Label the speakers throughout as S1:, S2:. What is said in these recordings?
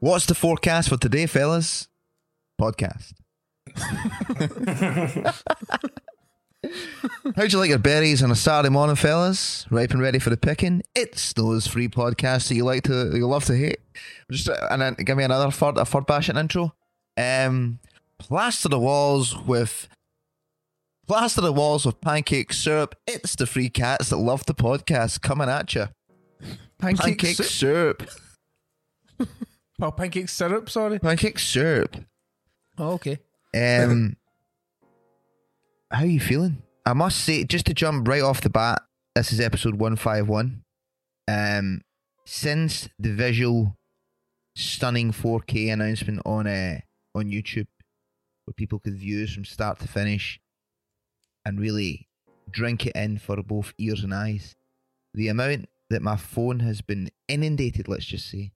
S1: What's the forecast for today, fellas? Podcast. How'd you like your berries on a Saturday morning, fellas? Ripe and ready for the picking? It's those free podcasts that you like to, that you love to hate. Just uh, and then give me another fart, a fart bashing intro. Um, plaster the walls with plaster the walls with pancake syrup. It's the free cats that love the podcast coming at you.
S2: Pancake,
S1: Pancake
S2: sy-
S1: syrup.
S2: oh, pancake syrup, sorry.
S1: Pancake syrup.
S2: Oh, okay.
S1: Um, how you feeling? I must say, just to jump right off the bat, this is episode one five one. Um, since the visual stunning four K announcement on uh, on YouTube, where people could view us from start to finish, and really drink it in for both ears and eyes, the amount that my phone has been inundated, let's just say,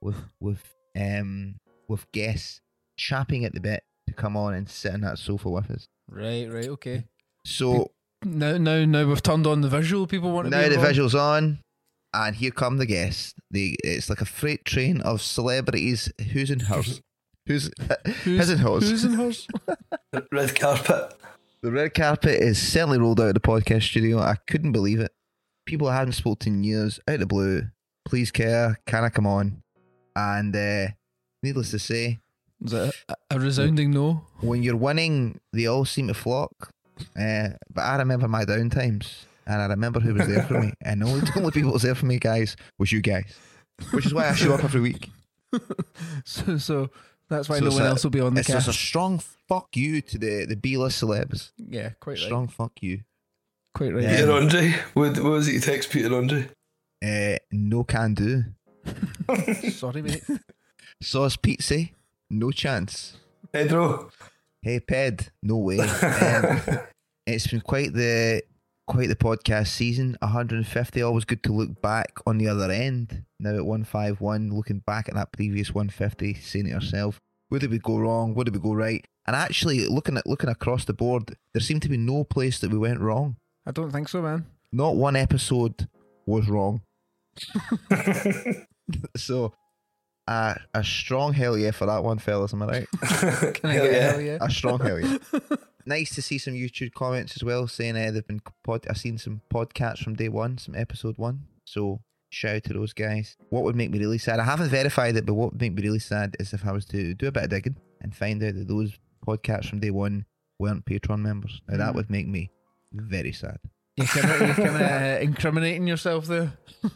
S1: with with um with guests chapping at the bit to come on and sit on that sofa with us.
S2: Right, right, okay.
S1: So
S2: Now, now, now we've turned on the visual. People want to
S1: now
S2: be
S1: the
S2: involved.
S1: visuals on, and here come the guests. They it's like a freight train of celebrities. Who's in hers? Who's, his and hers?
S2: Who's in hers?
S3: Red carpet.
S1: the red carpet is certainly rolled out of the podcast studio. I couldn't believe it. People I hadn't spoken to in years, out of the blue. Please care, can I come on? And uh, needless to say,
S2: Is that a, a resounding no?
S1: when you're winning, they all seem to flock. Uh, but I remember my down times, and I remember who was there for me. And the only, the only people that was there for me, guys, was you guys, which is why I show up every week.
S2: So, so that's why
S1: So
S2: no
S1: it's
S2: one
S1: a-
S2: else will be on the
S1: it's just
S2: cast.
S1: a strong fuck you to the, the B list celebs.
S2: yeah, quite right.
S1: strong fuck you. Eh,
S2: Quite right.
S1: Yeah.
S3: Peter Andre. What, what was it you text Peter Andre?
S1: Uh, no can do.
S2: Sorry, mate.
S1: Sauce pizza, no chance.
S3: Pedro.
S1: Hey Ped, no way. Um, it's been quite the quite the podcast season. 150. Always good to look back on the other end. Now at 151, looking back at that previous 150, saying to yourself, where did we go wrong? Where did we go right? And actually, looking at looking across the board, there seemed to be no place that we went wrong.
S2: I don't think so, man.
S1: Not one episode was wrong. so, uh, a strong hell yeah for that one, fellas. Am I right?
S2: Can I
S3: Hell
S2: get a
S3: yeah.
S2: hell yeah?
S1: A strong hell yeah. nice to see some YouTube comments as well saying uh, they've been pod. I've seen some podcasts from day one, some episode one. So shout out to those guys. What would make me really sad? I haven't verified it, but what would make me really sad is if I was to do a bit of digging and find out that those podcasts from day one weren't Patreon members. Now
S2: Mm.
S1: that would make me very sad.
S2: You're kind of, you're kind of uh, incriminating yourself there.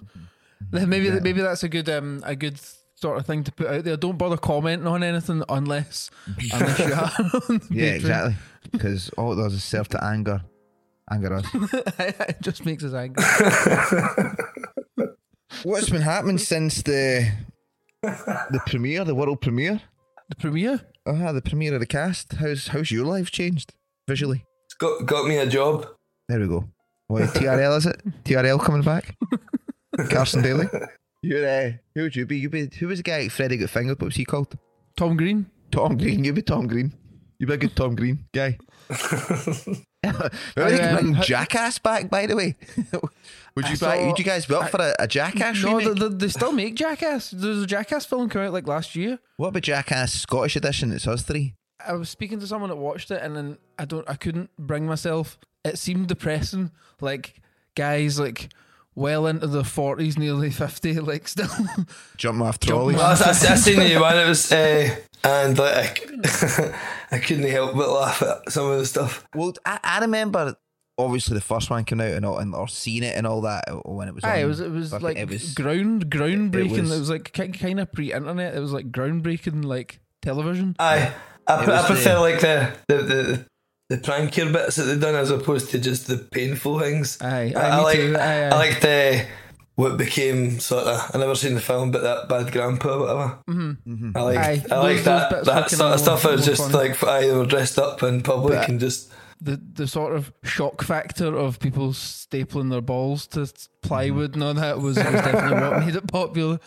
S2: Then maybe
S1: Yeah.
S2: maybe that's a good um a good sort of thing to put out there. Don't bother commenting on anything unless unless you are on the
S1: Yeah,
S2: Patreon.
S1: exactly. oh, Because all it does is serve to anger, anger us.
S2: it just makes us angry.
S1: What's been happening since the the premiere, the world premiere?
S2: The premiere.
S1: Oh, yeah, the premiere of the cast. How's how's your life changed visually?
S3: It's got, got me a job.
S1: There we go. What TRL is it? TRL coming back? Carson Daly. You're uh, who would you be? You'd be who was the guy that Freddie got fingered? What was he called?
S2: Tom Green.
S1: Tom Green. You'd be Tom Green. You'd be a good Tom Green guy. Remember they
S2: Um,
S1: bring
S2: how-
S1: Jackass back, by the way. would you
S2: I
S1: back,
S2: saw-
S1: would you guys be up for a, a Jackass
S2: No,
S1: remake?
S2: they, they, they still make Jackass. There's a Jackass film come out like last year.
S1: What about Jackass Scottish edition? It's us three.
S2: I was speaking to someone that watched it, and then I don't, I couldn't bring myself. It seemed depressing. Like guys, like well into the forties, nearly fifty, like still.
S1: Jumping off
S2: Jumping
S1: trolleys.
S2: off-
S3: I, I, I seen you one. It was uh, and like I, I couldn't help but laugh at some of the stuff.
S1: Well, I, I remember obviously the first one came out and all, and or seeing it and all that uh, when it was.
S2: Aye, it
S1: on
S2: was it was
S1: fucking-
S2: like
S1: it was
S2: ground groundbreaking. It was,
S1: was-
S2: like kind of pre-internet. It was like groundbreaking, like television.
S3: Aye, I,
S1: It
S3: pre- I
S1: was
S3: prefer
S1: the-
S3: like the the. the the prankier bits that they've done as opposed to just the painful things.
S2: Aye, aye,
S3: I, I
S2: me
S3: like
S2: too, aye, aye.
S3: I like the what became sort of I never seen the film but that bad grandpa or whatever. Mm-hmm. I like
S2: Aye,
S3: I like
S2: those- those
S3: that
S2: bits
S3: that
S2: fucking
S3: sort of stuff
S2: were-
S3: that was
S2: were
S3: just
S2: funny.
S3: like I they were dressed up in public
S1: But-
S3: and just
S2: the the sort of shock factor of people stapling their balls to
S1: Mm-hmm.
S2: plywood and all that was, was definitely what made it popular.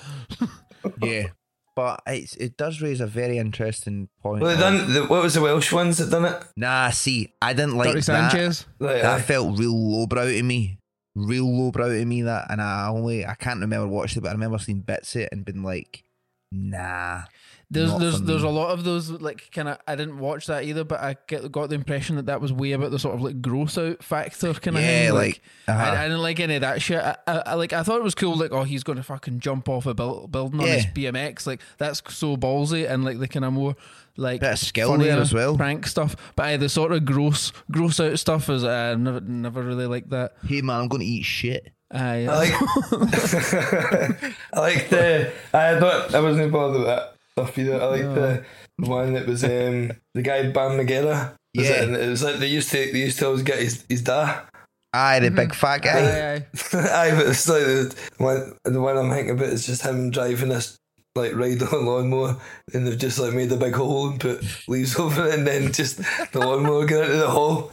S1: yeah, but it's it does raise a very interesting point.
S3: Well, they
S1: of-
S3: done. The, what was the Welsh ones that done it?
S1: Nah, see, I didn't like
S2: Dirty
S1: that.
S2: Sanchez.
S3: Like,
S1: That
S3: aye.
S1: felt real lowbrow to me. Real lowbrow to me that, and I only I can't remember watching it, but I remember seeing bits of it and been like, nah.
S2: There's
S1: not
S2: there's
S1: for
S2: there's
S1: me.
S2: a lot of those like kind of I didn't watch that either, but I get, got the impression that that was way about the sort of like gross out factor kind of
S1: Yeah,
S2: thing.
S1: like, uh-huh.
S2: I, I didn't like any of that shit. I, I, I like I thought it was cool. Like oh he's going to fucking jump off a buil- building on his
S1: Yeah.
S2: BMX. Like that's so ballsy and like the kind of more like
S1: Bit of skill
S2: funnier
S1: there as well.
S2: prank stuff. But aye, the sort of gross gross out stuff is uh, never never really liked that.
S1: Hey man, I'm gonna eat shit.
S2: Aye,
S3: I like. I like the. I don't. I wasn't bothered with that stuff either. I like the the one that was um the guy Bam Magera. Was
S1: Yeah.
S3: it? And it was like they used to they used to always get his his da.
S1: Aye, the big fat guy.
S2: Mm-hmm. aye, aye.
S3: Aye, but it's like the one the one I'm thinking about is just him driving this like ride on lawnmower and they've just like made a big hole and put leaves over it and then just the lawnmower got into the hole.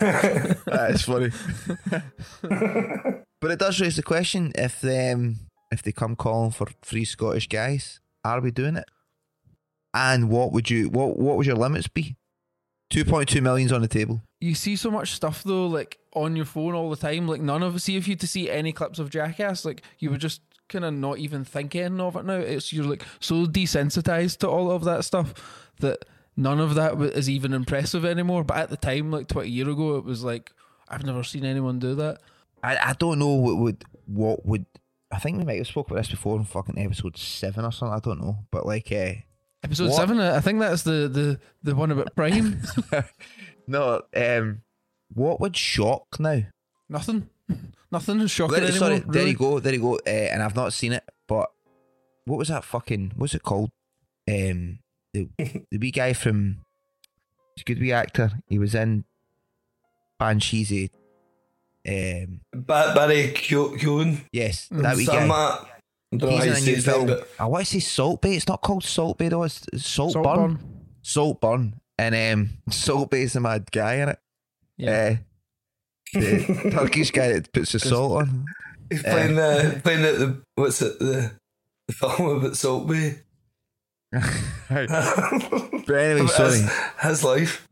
S3: Yeah.
S1: That's funny. but it does raise the question if um, if they come calling for three Scottish guys, are we doing it? And what would you what what would your limits be? Two point two million's on the table.
S2: you see so much stuff though, like on your phone all the time. Like none of see if you to see any clips of Jackass, like you would just kind of not even thinking of it now. It's you're like so desensitized to all of that stuff that none of that wa- is even impressive anymore. But at the time, like twenty year ago, it was like I've never seen anyone do that.
S1: I, I don't know what would what would I think we might have spoke about this before in fucking episode seven or something. I don't know, but like uh,
S2: Episode
S1: What?
S2: seven, I I think that's the the the one about Prime.
S1: no, um, what would shock now?
S2: Nothing, nothing is shocking
S1: There-
S2: anymore.
S1: sorry, there
S2: really.
S1: you go, there you go. Uh, and I've not seen it, but what was that fucking? What's it called? Um, the the wee guy from, he's a good wee actor. He was in Banshees. eh, Um,
S3: Ba- Barry Keoghan.
S1: yes,
S2: Mm.
S1: that wee
S3: Some,
S1: guy.
S3: uh, I don't know how
S1: He's
S3: you
S1: in a
S3: say
S1: new
S3: his name,
S1: film.
S3: but
S1: I want to say Salt Bay. It's not called Salt Bay though. It's it's Salt, Burn.
S2: Saltburn.
S1: Salt Burn. And um, Salt Bay's a mad guy in it.
S2: Yeah.
S1: Eh, the Turkish guy that puts the salt on.
S3: he's playing
S1: Uh,
S3: the playing at the what's it the the film about Salt Bay.
S1: But anyway, sorry.
S3: His, his life.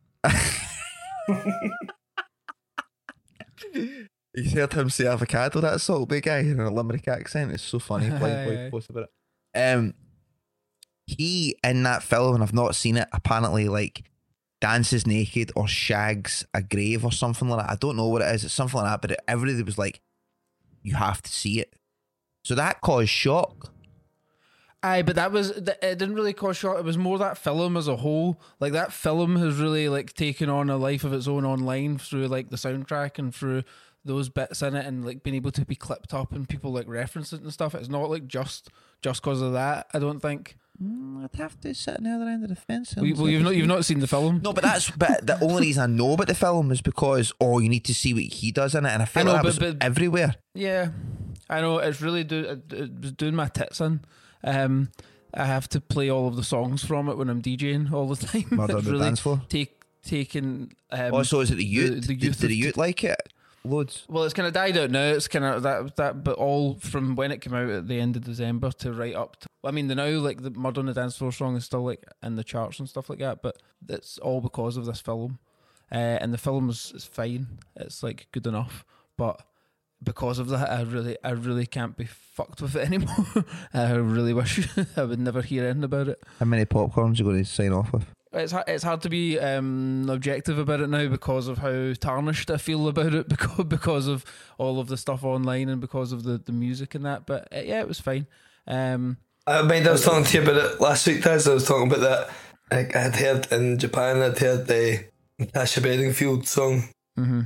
S1: You heard him say avocado, that salt big guy in a Limerick accent. It's so funny. Why- why
S2: Aye, aye.
S1: post about it? Um, he in that film, and I've not seen it. Apparently, like dances naked or shags a grave or something like that. I don't know what it is. It's something like that. But it, everybody was like, "You have to see it." So that caused shock.
S2: Aye, but that was th- it. Didn't really cause shock. It was more that film as a whole. Like that film has really like taken on a life of its own online through like the soundtrack and through those bits in it, and like being able to be clipped up and people like reference it and stuff. It's not like just just because of that. I don't think.
S1: Mm, I'd have to sit on the other end of the fence. and
S2: We, well, you've not you've not seen the film.
S1: No, but that's but the only reason I know about the film is because oh, you need to see what he does in it, and I feel
S2: know,
S1: like that
S2: but-
S1: was
S2: but-
S1: everywhere.
S2: Yeah, I know. It's really do it it was doing my tits in. Um, I have to play all of the songs from it when I'm DJing all the time.
S1: Murder on
S2: It's
S1: the
S2: really
S1: dance floor.
S2: Take taking. Um,
S1: Also, Oh, is it the
S2: the
S1: youth? Did-
S2: youth
S1: did the
S2: of
S1: youth like it? loads.
S2: Well, it's kind of died out now. It's kind of that that, but all from when it came out at the end of December to right up. To, I mean, the now like the "Murder on the Dance Floor" song is still like in the charts and stuff like that, but it's all because of this film. Uh, and the film is, is fine. It's like good enough, but because of that, I really, I really can't be fucked with it anymore. I really wish I would never hear anything about it.
S1: How many popcorns are you going to sign off with?
S2: It's ha- it's hard to be um, objective about it now because of how tarnished I feel about it because because of all of the stuff online and because of the, the music and that. But uh, yeah, it was fine. Um,
S3: I mean, I was talking to you about it last week, Taz. I was talking about that. Like, I'd heard in Japan, I'd heard the Natasha Bedingfield song.
S2: mm-hmm.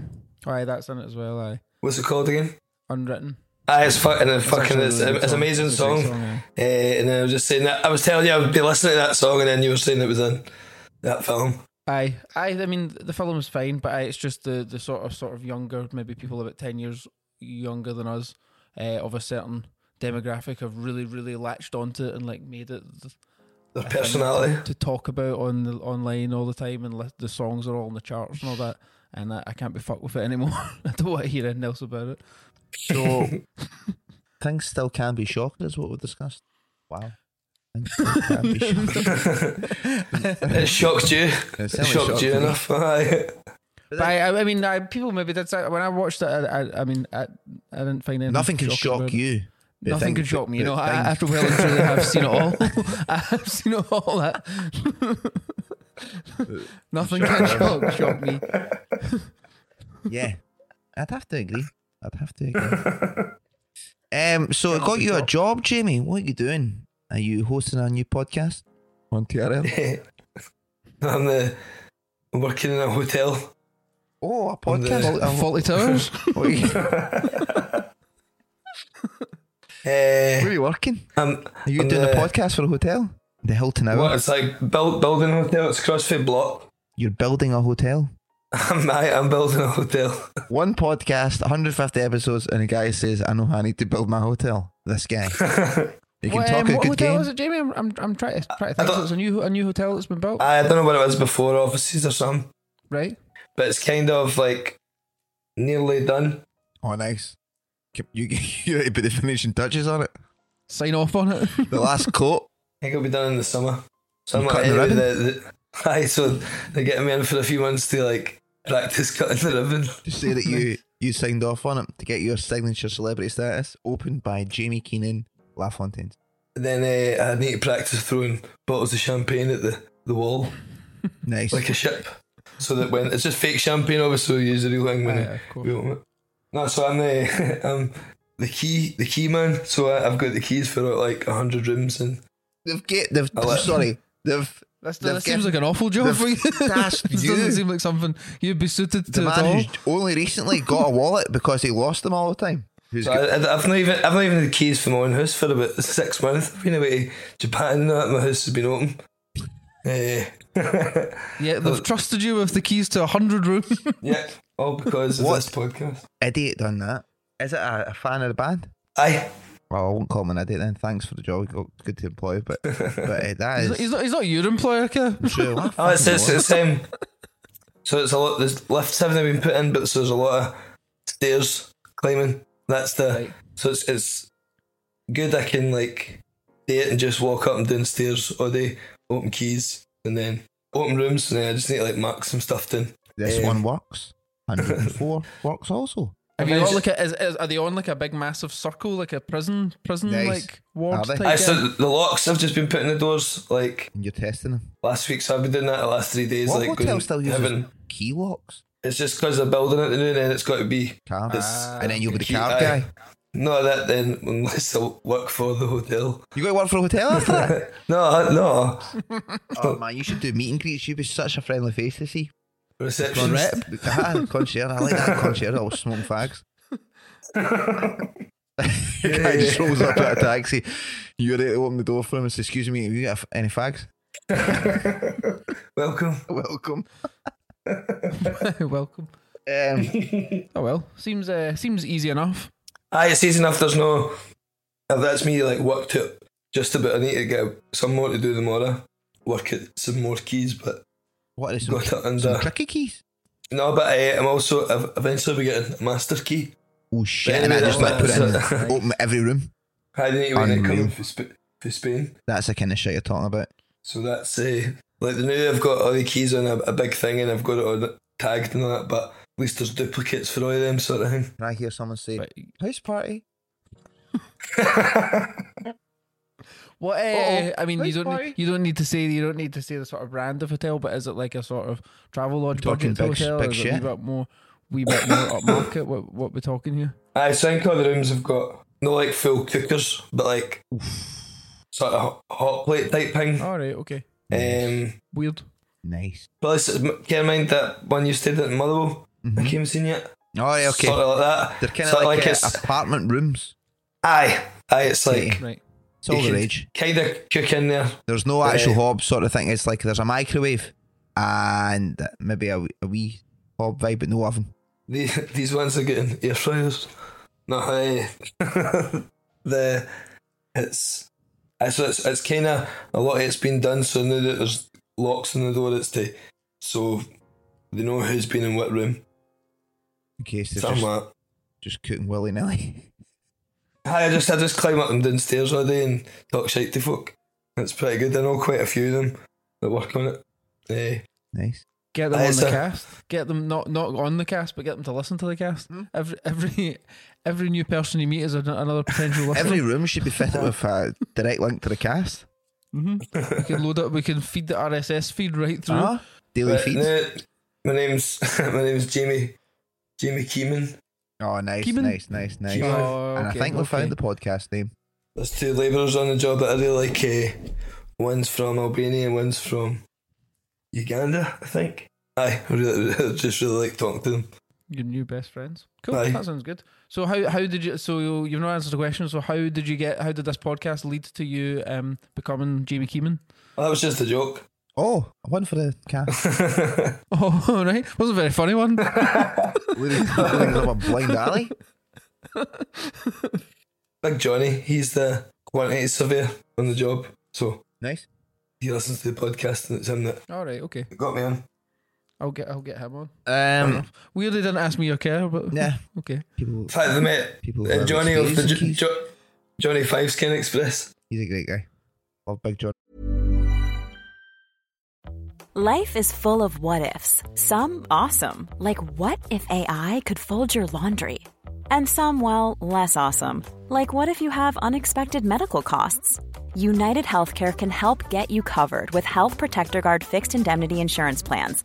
S2: Aye, that's in it as well. Aye,
S3: What's it called again?
S2: unwritten.
S3: Ah, it's fucking, it's fucking,
S2: actually a
S3: it's, um,
S2: really good
S3: it's
S2: song.
S3: an amazing
S2: It's a great
S3: song.
S2: song,
S3: Eh, and then I was just saying that I was telling you I would be listening to that song, and then you were saying it was in that film.
S2: Aye, aye. I mean, the film is fine, but aye, it's just the, the sort of sort of younger, maybe people about ten years younger than us, uh, of a certain demographic, have really really latched onto it and like made it th-
S3: The
S2: a thing
S3: personality.
S2: to talk about on the online all the time, and li- the songs are all in the charts and all that. And I, I can't be fucked with it anymore. I don't want to hear anything else about it.
S1: So things still can be shocking, is what we discussed. Wow. Things still can be shocking.
S3: It shocked you.
S1: It
S3: It
S1: certainly
S3: shocked,
S1: shocked
S3: you
S1: me.
S3: enough. Aye.
S1: But
S2: But I, I mean, I, people maybe that's when I watched it. I, I, I mean, I, I didn't find anything.
S1: nothing can
S2: shocking about
S1: shock
S2: it.
S1: you. but
S2: Nothing
S1: thing-
S2: can shock me. You
S1: but
S2: know, I,
S1: thing-
S2: after well and truly have seen it all. I have seen it all. That nothing can shock, shock me.
S1: Yeah, I'd have to agree. I'd have to agree. um, so it got you a job, Jamie. What are you doing? Are you hosting a new podcast on TRL?
S3: I'm the, I'm working in a hotel.
S1: Oh, a
S3: On the-
S1: podcast.
S2: Faulty- Faulty Towers.
S1: What are you, where
S3: Eh,
S1: are you working?
S3: I'm,
S1: Are you
S3: I'm
S1: doing a
S3: the-
S1: podcast for a hotel? The Hilton Hour.
S3: What, it's like build, building a hotel. It's CrossFit Block.
S1: You're building a hotel.
S3: I'm, aye, I'm building a hotel.
S1: One podcast, 150 episodes, and a guy says, "I know how I need to build my hotel." This guy. You can
S2: What,
S1: talk
S2: um,
S1: a
S2: what
S1: good
S2: hotel
S1: game.
S2: is it, Jamie? I'm, I'm, I'm trying to, trying to
S3: I
S2: think.
S3: don't-
S2: So it's a new, a new hotel that's been built,
S3: Aye, I don't know what it was before, offices or something,
S2: right?
S3: but it's kind of like nearly done.
S1: Oh, nice. Can- You you ready to put the finishing touches on it.
S2: Sign off on it.
S1: The last coat.
S3: I think it'll be done in the summer. So
S1: You
S3: I'm like,
S1: cutting the
S3: anyway, the, the, aye, so they're getting me in for a few months to like practice cutting the ribbon.
S1: Just say that you you signed off on it to get your signature celebrity status. Opened by Jamie Keenan LaFontaine.
S3: Then eh, I need to practice throwing bottles of champagne at the, the wall
S1: Nice.
S3: like a ship. So that when it's just fake champagne, obviously we use the real thing when
S2: Aye, of course.
S3: we open it. No, so I'm the I'm the key the key man. So I, I've got the keys for uh, like hundred rooms and
S1: they've get they've
S3: I'll let-
S1: sorry they've
S2: That's,
S1: They've
S2: that seems
S1: given-
S2: like an awful job
S1: they've
S2: for you.
S1: tasked
S2: This
S1: you.
S2: doesn't seem like something you'd be suited
S1: the
S2: to at
S1: man
S2: all.
S1: who's only recently got a wallet because he lost them all the time. Who's
S3: So
S1: got-
S3: I, I- I've not even I've not even had keys for my own house for about six months. I've been away to Japan and that my house has been open. Eh,
S2: Yeah, they've trusted you with the keys to a hundred rooms.
S3: yeah, all because of
S1: What?
S3: this podcast.
S1: idiot done that? Is it a, a fan of the band?
S3: Aye,
S1: Well, I won't call him an idiot then. er Thanks for the job. Go- Good to employ, but but uh, that is
S2: He's not, he's not, he's not your employer, Kev.
S1: true. I
S3: oh, it's
S1: fucking
S3: it's, it's um, so it's a lot. There's lifts haven't been put in, but so there's a lot of stairs climbing. That's the
S2: Right.
S3: so it's it's good. I can like do it and just walk up and down stairs all day, open keys and then open rooms, and then I just need to like mark some stuff down.
S1: This one
S3: Um,
S1: works. 104 works also.
S2: Have you
S3: Imagine-
S2: got like a, is, is, are they on like a big massive circle, like a prison, prison
S1: Nice.
S2: like
S1: Are
S2: ward
S1: they?
S2: type?
S3: I
S2: thing?
S3: so the locks I've just been putting the doors like
S1: And you're testing them.
S3: last week, so I've been doing that the last three days.
S1: what
S3: like
S1: hotel
S3: going-
S1: still uses
S3: having-
S1: key locks?
S3: It's just because they're building it new, and it's got to be
S1: Card.
S3: It's-
S1: and Ah, then you'll be the
S3: key-
S1: card
S3: aye.
S1: guy.
S3: no that then unless I work for the hotel.
S1: You got to work for a hotel after that?
S3: No, no
S1: oh man, you should do meet and greets. You'd be such a friendly face to see.
S3: reception.
S1: Ah, concierge. I like that concierge. All smoking fags. guy just rolls up at a taxi. You're ready to open the door for him and says, "Excuse me, have you got any fags?"
S3: Welcome.
S1: Welcome.
S2: Welcome.
S1: Um,
S2: Oh well, seems uh, seems easy enough.
S3: Aye, it's easy enough. There's no. uh, That's me like worked it just about. I need to get some more to do tomorrow. Work at some more keys, but
S1: what is some,
S3: got it
S1: some
S3: under.
S1: tricky keys?
S3: No, but uh, I'm also ev- eventually we get a master key.
S1: Oh shit!
S3: But
S1: and I
S3: anyway,
S1: just like put it in,
S3: that's-
S1: the- open every room.
S3: I didn't even it
S1: Unreal.
S3: coming for, Sp- for Spain.
S1: That's the kind of shit you're talking about.
S3: So that's uh, like now I've got all the keys on a, a big thing and I've got it on tagged and all that. But at least there's duplicates for all of them sort of thing.
S1: When I hear someone say
S2: Right.
S1: house party,
S2: What? Uh, I mean, you
S1: Nice
S2: don't
S1: party.
S2: need, you don't need to say you don't need to say the sort of brand of hotel, but is it like a sort of travel lodge
S1: Talking big
S2: budget
S1: s-
S2: hotel?
S1: big
S2: is
S1: shit.
S2: it a wee bit more, wee bit more upmarket? What what we're talking here?
S3: I think all the rooms have got no like full cookers, but like sort of hot- hot plate type thing.
S1: Oh.
S2: All right, okay,
S3: Um,
S2: weird.
S1: nice.
S3: but listen, keep in mind that one you stayed at in Motherwell, I came and seen you.
S1: All right, Mm-hmm. Oh, okay.
S3: Sort of like that.
S1: They're kind of
S3: Sort
S1: like, uh,
S3: it's,
S1: apartment rooms.
S3: aye, aye. It's like
S2: Right.
S1: It's all the rage.
S3: Kind of cook in there.
S1: There's no actual
S3: Yeah.
S1: hob sort of thing. It's like there's a microwave and maybe a, wee- a wee hob vibe, but no oven.
S3: The, these ones are getting air fryers. No, eh. the it's it's it's, it's kind of a lot. of It's been done, so now that there's locks on the door, it's to so they know who's been in what room.
S1: In case they're
S3: Something
S1: just,
S3: like. that.
S1: just cooking willy nilly.
S3: Aye, I just I just climb up and down stairs all day and talk shit to folk. It's pretty good. I know quite a few of them that work on it. Eh.
S1: nice.
S2: Get them
S3: Aye,
S2: on the
S3: so-
S2: cast. Get them not not on the cast, but get them to listen to the cast. Every every every new person you meet is an, another potential listener.
S1: Every room should be fitted with a direct link to the cast.
S2: Mm-hmm. we can load up. We can feed the RSS feed right through.
S1: Uh-huh. Daily
S3: But
S1: feeds.
S3: no, my name's my name's Jamie Jamie Keeman.
S1: Oh, nice,
S2: Keeman?
S1: nice, nice, nice.
S3: Keeman.
S2: Oh,
S1: and I
S2: okay,
S1: think we
S2: okay.
S1: found the podcast name.
S3: There's two labourers on the job that I really like. Uh, one's from Albania, and one's from Uganda, I think. Aye, I really, I just really like talking to them.
S2: your new best friends. Cool.
S3: Aye.
S2: That sounds good. So how how did you? So you- you've not answered the question. So how did you get? How did this podcast lead to you um becoming Jamie Keeman?
S3: Well, that was just a joke.
S1: Oh, one for the cast.
S2: Oh, all right. Wasn't a very funny one.
S1: Leading up a blind alley.
S3: Big Johnny, he's the quantity surveyor on the job, so
S1: Nice.
S3: he listens to the podcast, and it's him that
S2: all right. Okay.
S3: got me on.
S2: I'll get I'll get him on.
S1: Um,
S2: Weirdly, didn't ask me your care, but
S1: yeah.
S2: Okay.
S1: People,
S3: In fact, they met
S1: People
S3: uh,
S1: love
S3: Johnny of the
S1: space
S3: jo-
S1: keys.
S3: jo- Johnny Five Skin Express.
S1: he's a great guy. Love Big John.
S4: Life is full of what ifs. Some awesome, like what if AI could fold your laundry? And some, well, less awesome, like what if you have unexpected medical costs? United Healthcare can help get you covered with Health Protector Guard fixed indemnity insurance plans.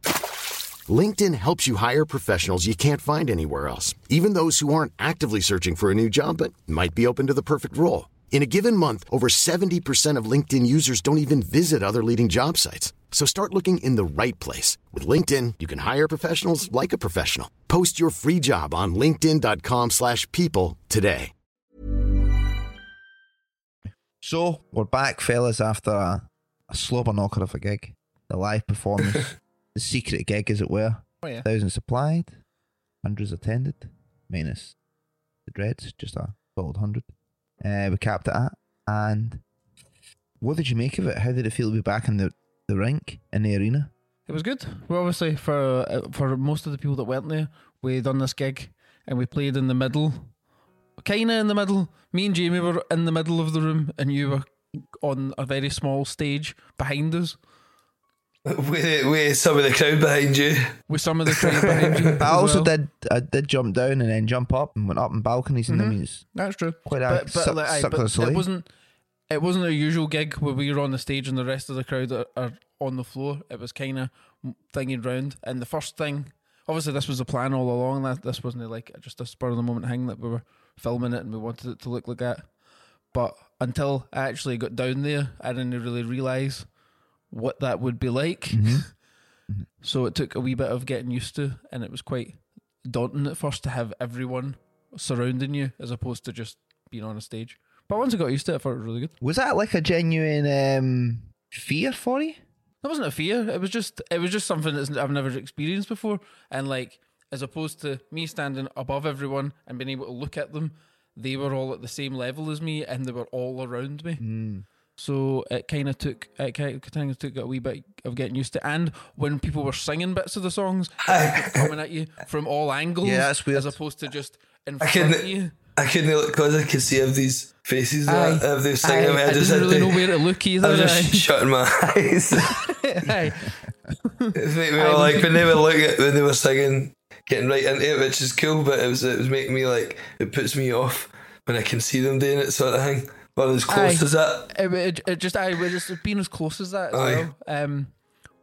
S5: LinkedIn helps you hire professionals you can't find anywhere else, even those who aren't actively searching for a new job but might be open to the perfect role. In a given month, over 70% of LinkedIn users don't even visit other leading job sites. So start looking in the right place. With LinkedIn, you can hire professionals like a professional. Post your free job on linkedin.com/people slash people today.
S1: So we're back, fellas, after a, a slobber knocker of a gig, the live performance, the secret gig, as it were.
S2: Oh, yeah.
S1: Thousands supplied, hundreds attended, minus the dreads, just a solid hundred. Uh, we capped it at. And what did you make of it? How did it feel to be back in the, the rink in the arena?
S2: It was good. Well, obviously for uh, for most of the people that went there, we done this gig and we played in the middle, kinda in the middle. Me and Jamie were in the middle of the room, and you were on a very small stage behind us
S3: With, with some of the crowd behind you.
S2: with some of the crowd behind you.
S1: I also
S2: well.
S1: did. I did jump down and then jump up and went up in balconies, and
S2: Mm-hmm.
S1: I mean, it's
S2: That's true.
S1: Quite a
S2: but, but,
S1: suck-
S2: like, aye,
S1: suck
S2: but
S1: to the
S2: it
S1: sleeve.
S2: wasn't. It wasn't a usual gig where we were on the stage and the rest of the crowd are, are on the floor. It was kind of thinging round. And the first thing, obviously, this was the plan all along. That this wasn't like just a spur of the moment thing that we were filming it and we wanted it to look like that. But until I actually got down there, I didn't really realise what that would be like.
S1: Mm-hmm.
S2: so it took a wee bit of getting used to, and it was quite daunting at first to have everyone surrounding you as opposed to just being on a stage. But once I got used to it, I thought it was really good.
S1: Was that like a genuine um, fear for you?
S2: That wasn't a fear. It was just it was just something that I've never experienced before. And like as opposed to me standing above everyone and being able to look at them, they were all at the same level as me and they were all around me.
S1: Mm.
S2: So it kind of took it kind of took a wee bit of getting used to. And when people were singing bits of the songs, it kept coming at you from all angles.
S1: Yeah, that's weird.
S2: As opposed to just in
S3: I
S2: front of you.
S3: couldn't. I couldn't because I could see of these faces that Uh, of they singing.
S2: I,
S3: I, just
S2: didn't
S3: had
S2: really
S3: to,
S2: know where to look
S3: I was
S2: either.
S3: just shutting my eyes.
S2: Aye.
S3: It's making me like when they were looking at, when they were singing, getting right into it, which is cool. But it was it was making me like it puts me off when I can see them doing it sort of thing. Well, as close
S2: Aye.
S3: as that.
S2: it, it, it just I was just being as close as that as
S3: Aye.
S2: well. Um,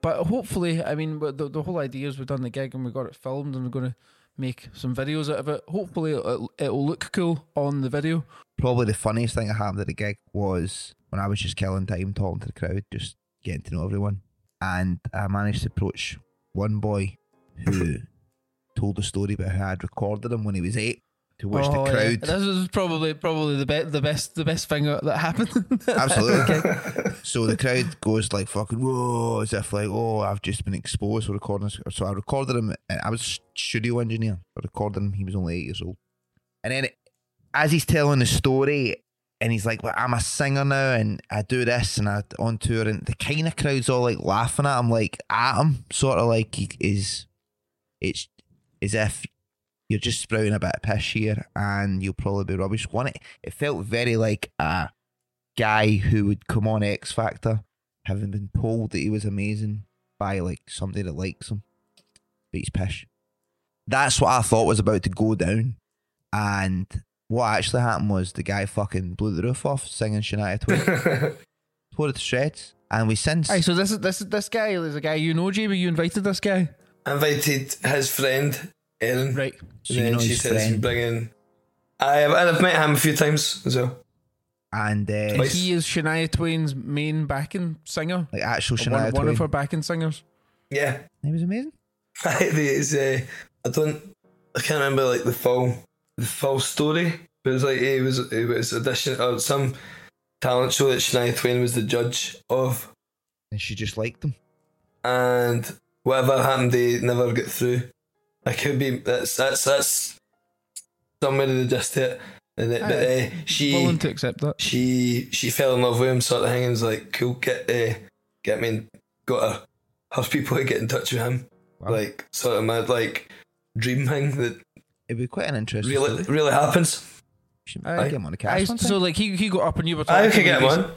S2: but hopefully, I mean, but the, the whole idea is we've done the gig and we got it filmed and we're going to make some videos out of it. Hopefully, it'll, it'll look cool on the video.
S1: Probably the funniest thing that happened at the gig was when I was just killing time talking to the crowd, just getting to know everyone. And I managed to approach one boy who told a story about how I'd recorded him when he was eight, to which the
S2: Oh, yeah.
S1: crowd
S2: This is probably probably the best the best the best thing that happened.
S1: Absolutely. So the crowd goes like fucking whoa, as if like oh I've just been exposed for recording. this. So I recorded him. And I was a studio engineer. I recorded him. He was only eight years old. And then as he's telling the story, and he's like, "Well, I'm a singer now, and I do this, and I on tour." And the kind of crowd's all like laughing at him, like at him, sort of like he is. It's as if you're just sprouting a bit of piss here, and you'll probably be rubbish. One, it, it felt very like a guy who would come on X Factor, having been told that he was amazing by like somebody that likes him, but he's pish. That's what I thought was about to go down, and what actually happened was the guy fucking blew the roof off singing Shania Twain, tore it to shreds, and we since
S2: Aye, so this is this is this guy is a guy you know, JB. You invited this guy,
S3: I invited his friend Erin.
S2: right?
S1: so you know
S3: she
S1: his
S3: says
S1: friend,
S3: bring in. I have, and I've met him a few times as well.
S1: and uh,
S3: Twice.
S2: He is Shania Twain's main backing singer,
S1: like actual
S2: Or one,
S1: Shania
S2: one
S1: Twain.
S2: of her backing singers.
S3: Yeah,
S1: He was amazing.
S3: it's, uh, I don't. I can't remember like the full the full story, but it was like it was it was audition or some talent show that Shania Twain was the judge of,
S1: And she just liked him.
S3: and whatever happened, they never got through. I could be that's that's that's somewhere in the gist of it, and it, but uh, she
S2: Willing to accept that.
S3: she she fell in love with him sort of thing and was like cool get uh, get me in, got her her people to get in touch with him
S1: Wow.
S3: like sort of mad like dream thing that
S1: It'd be quite an interesting.
S3: really
S1: Really?
S3: really happens
S1: I get him on the
S2: I-
S1: cast. one
S2: so
S1: time.
S2: like he, he got up and you were talking.
S3: I could get
S2: and he basi-
S3: one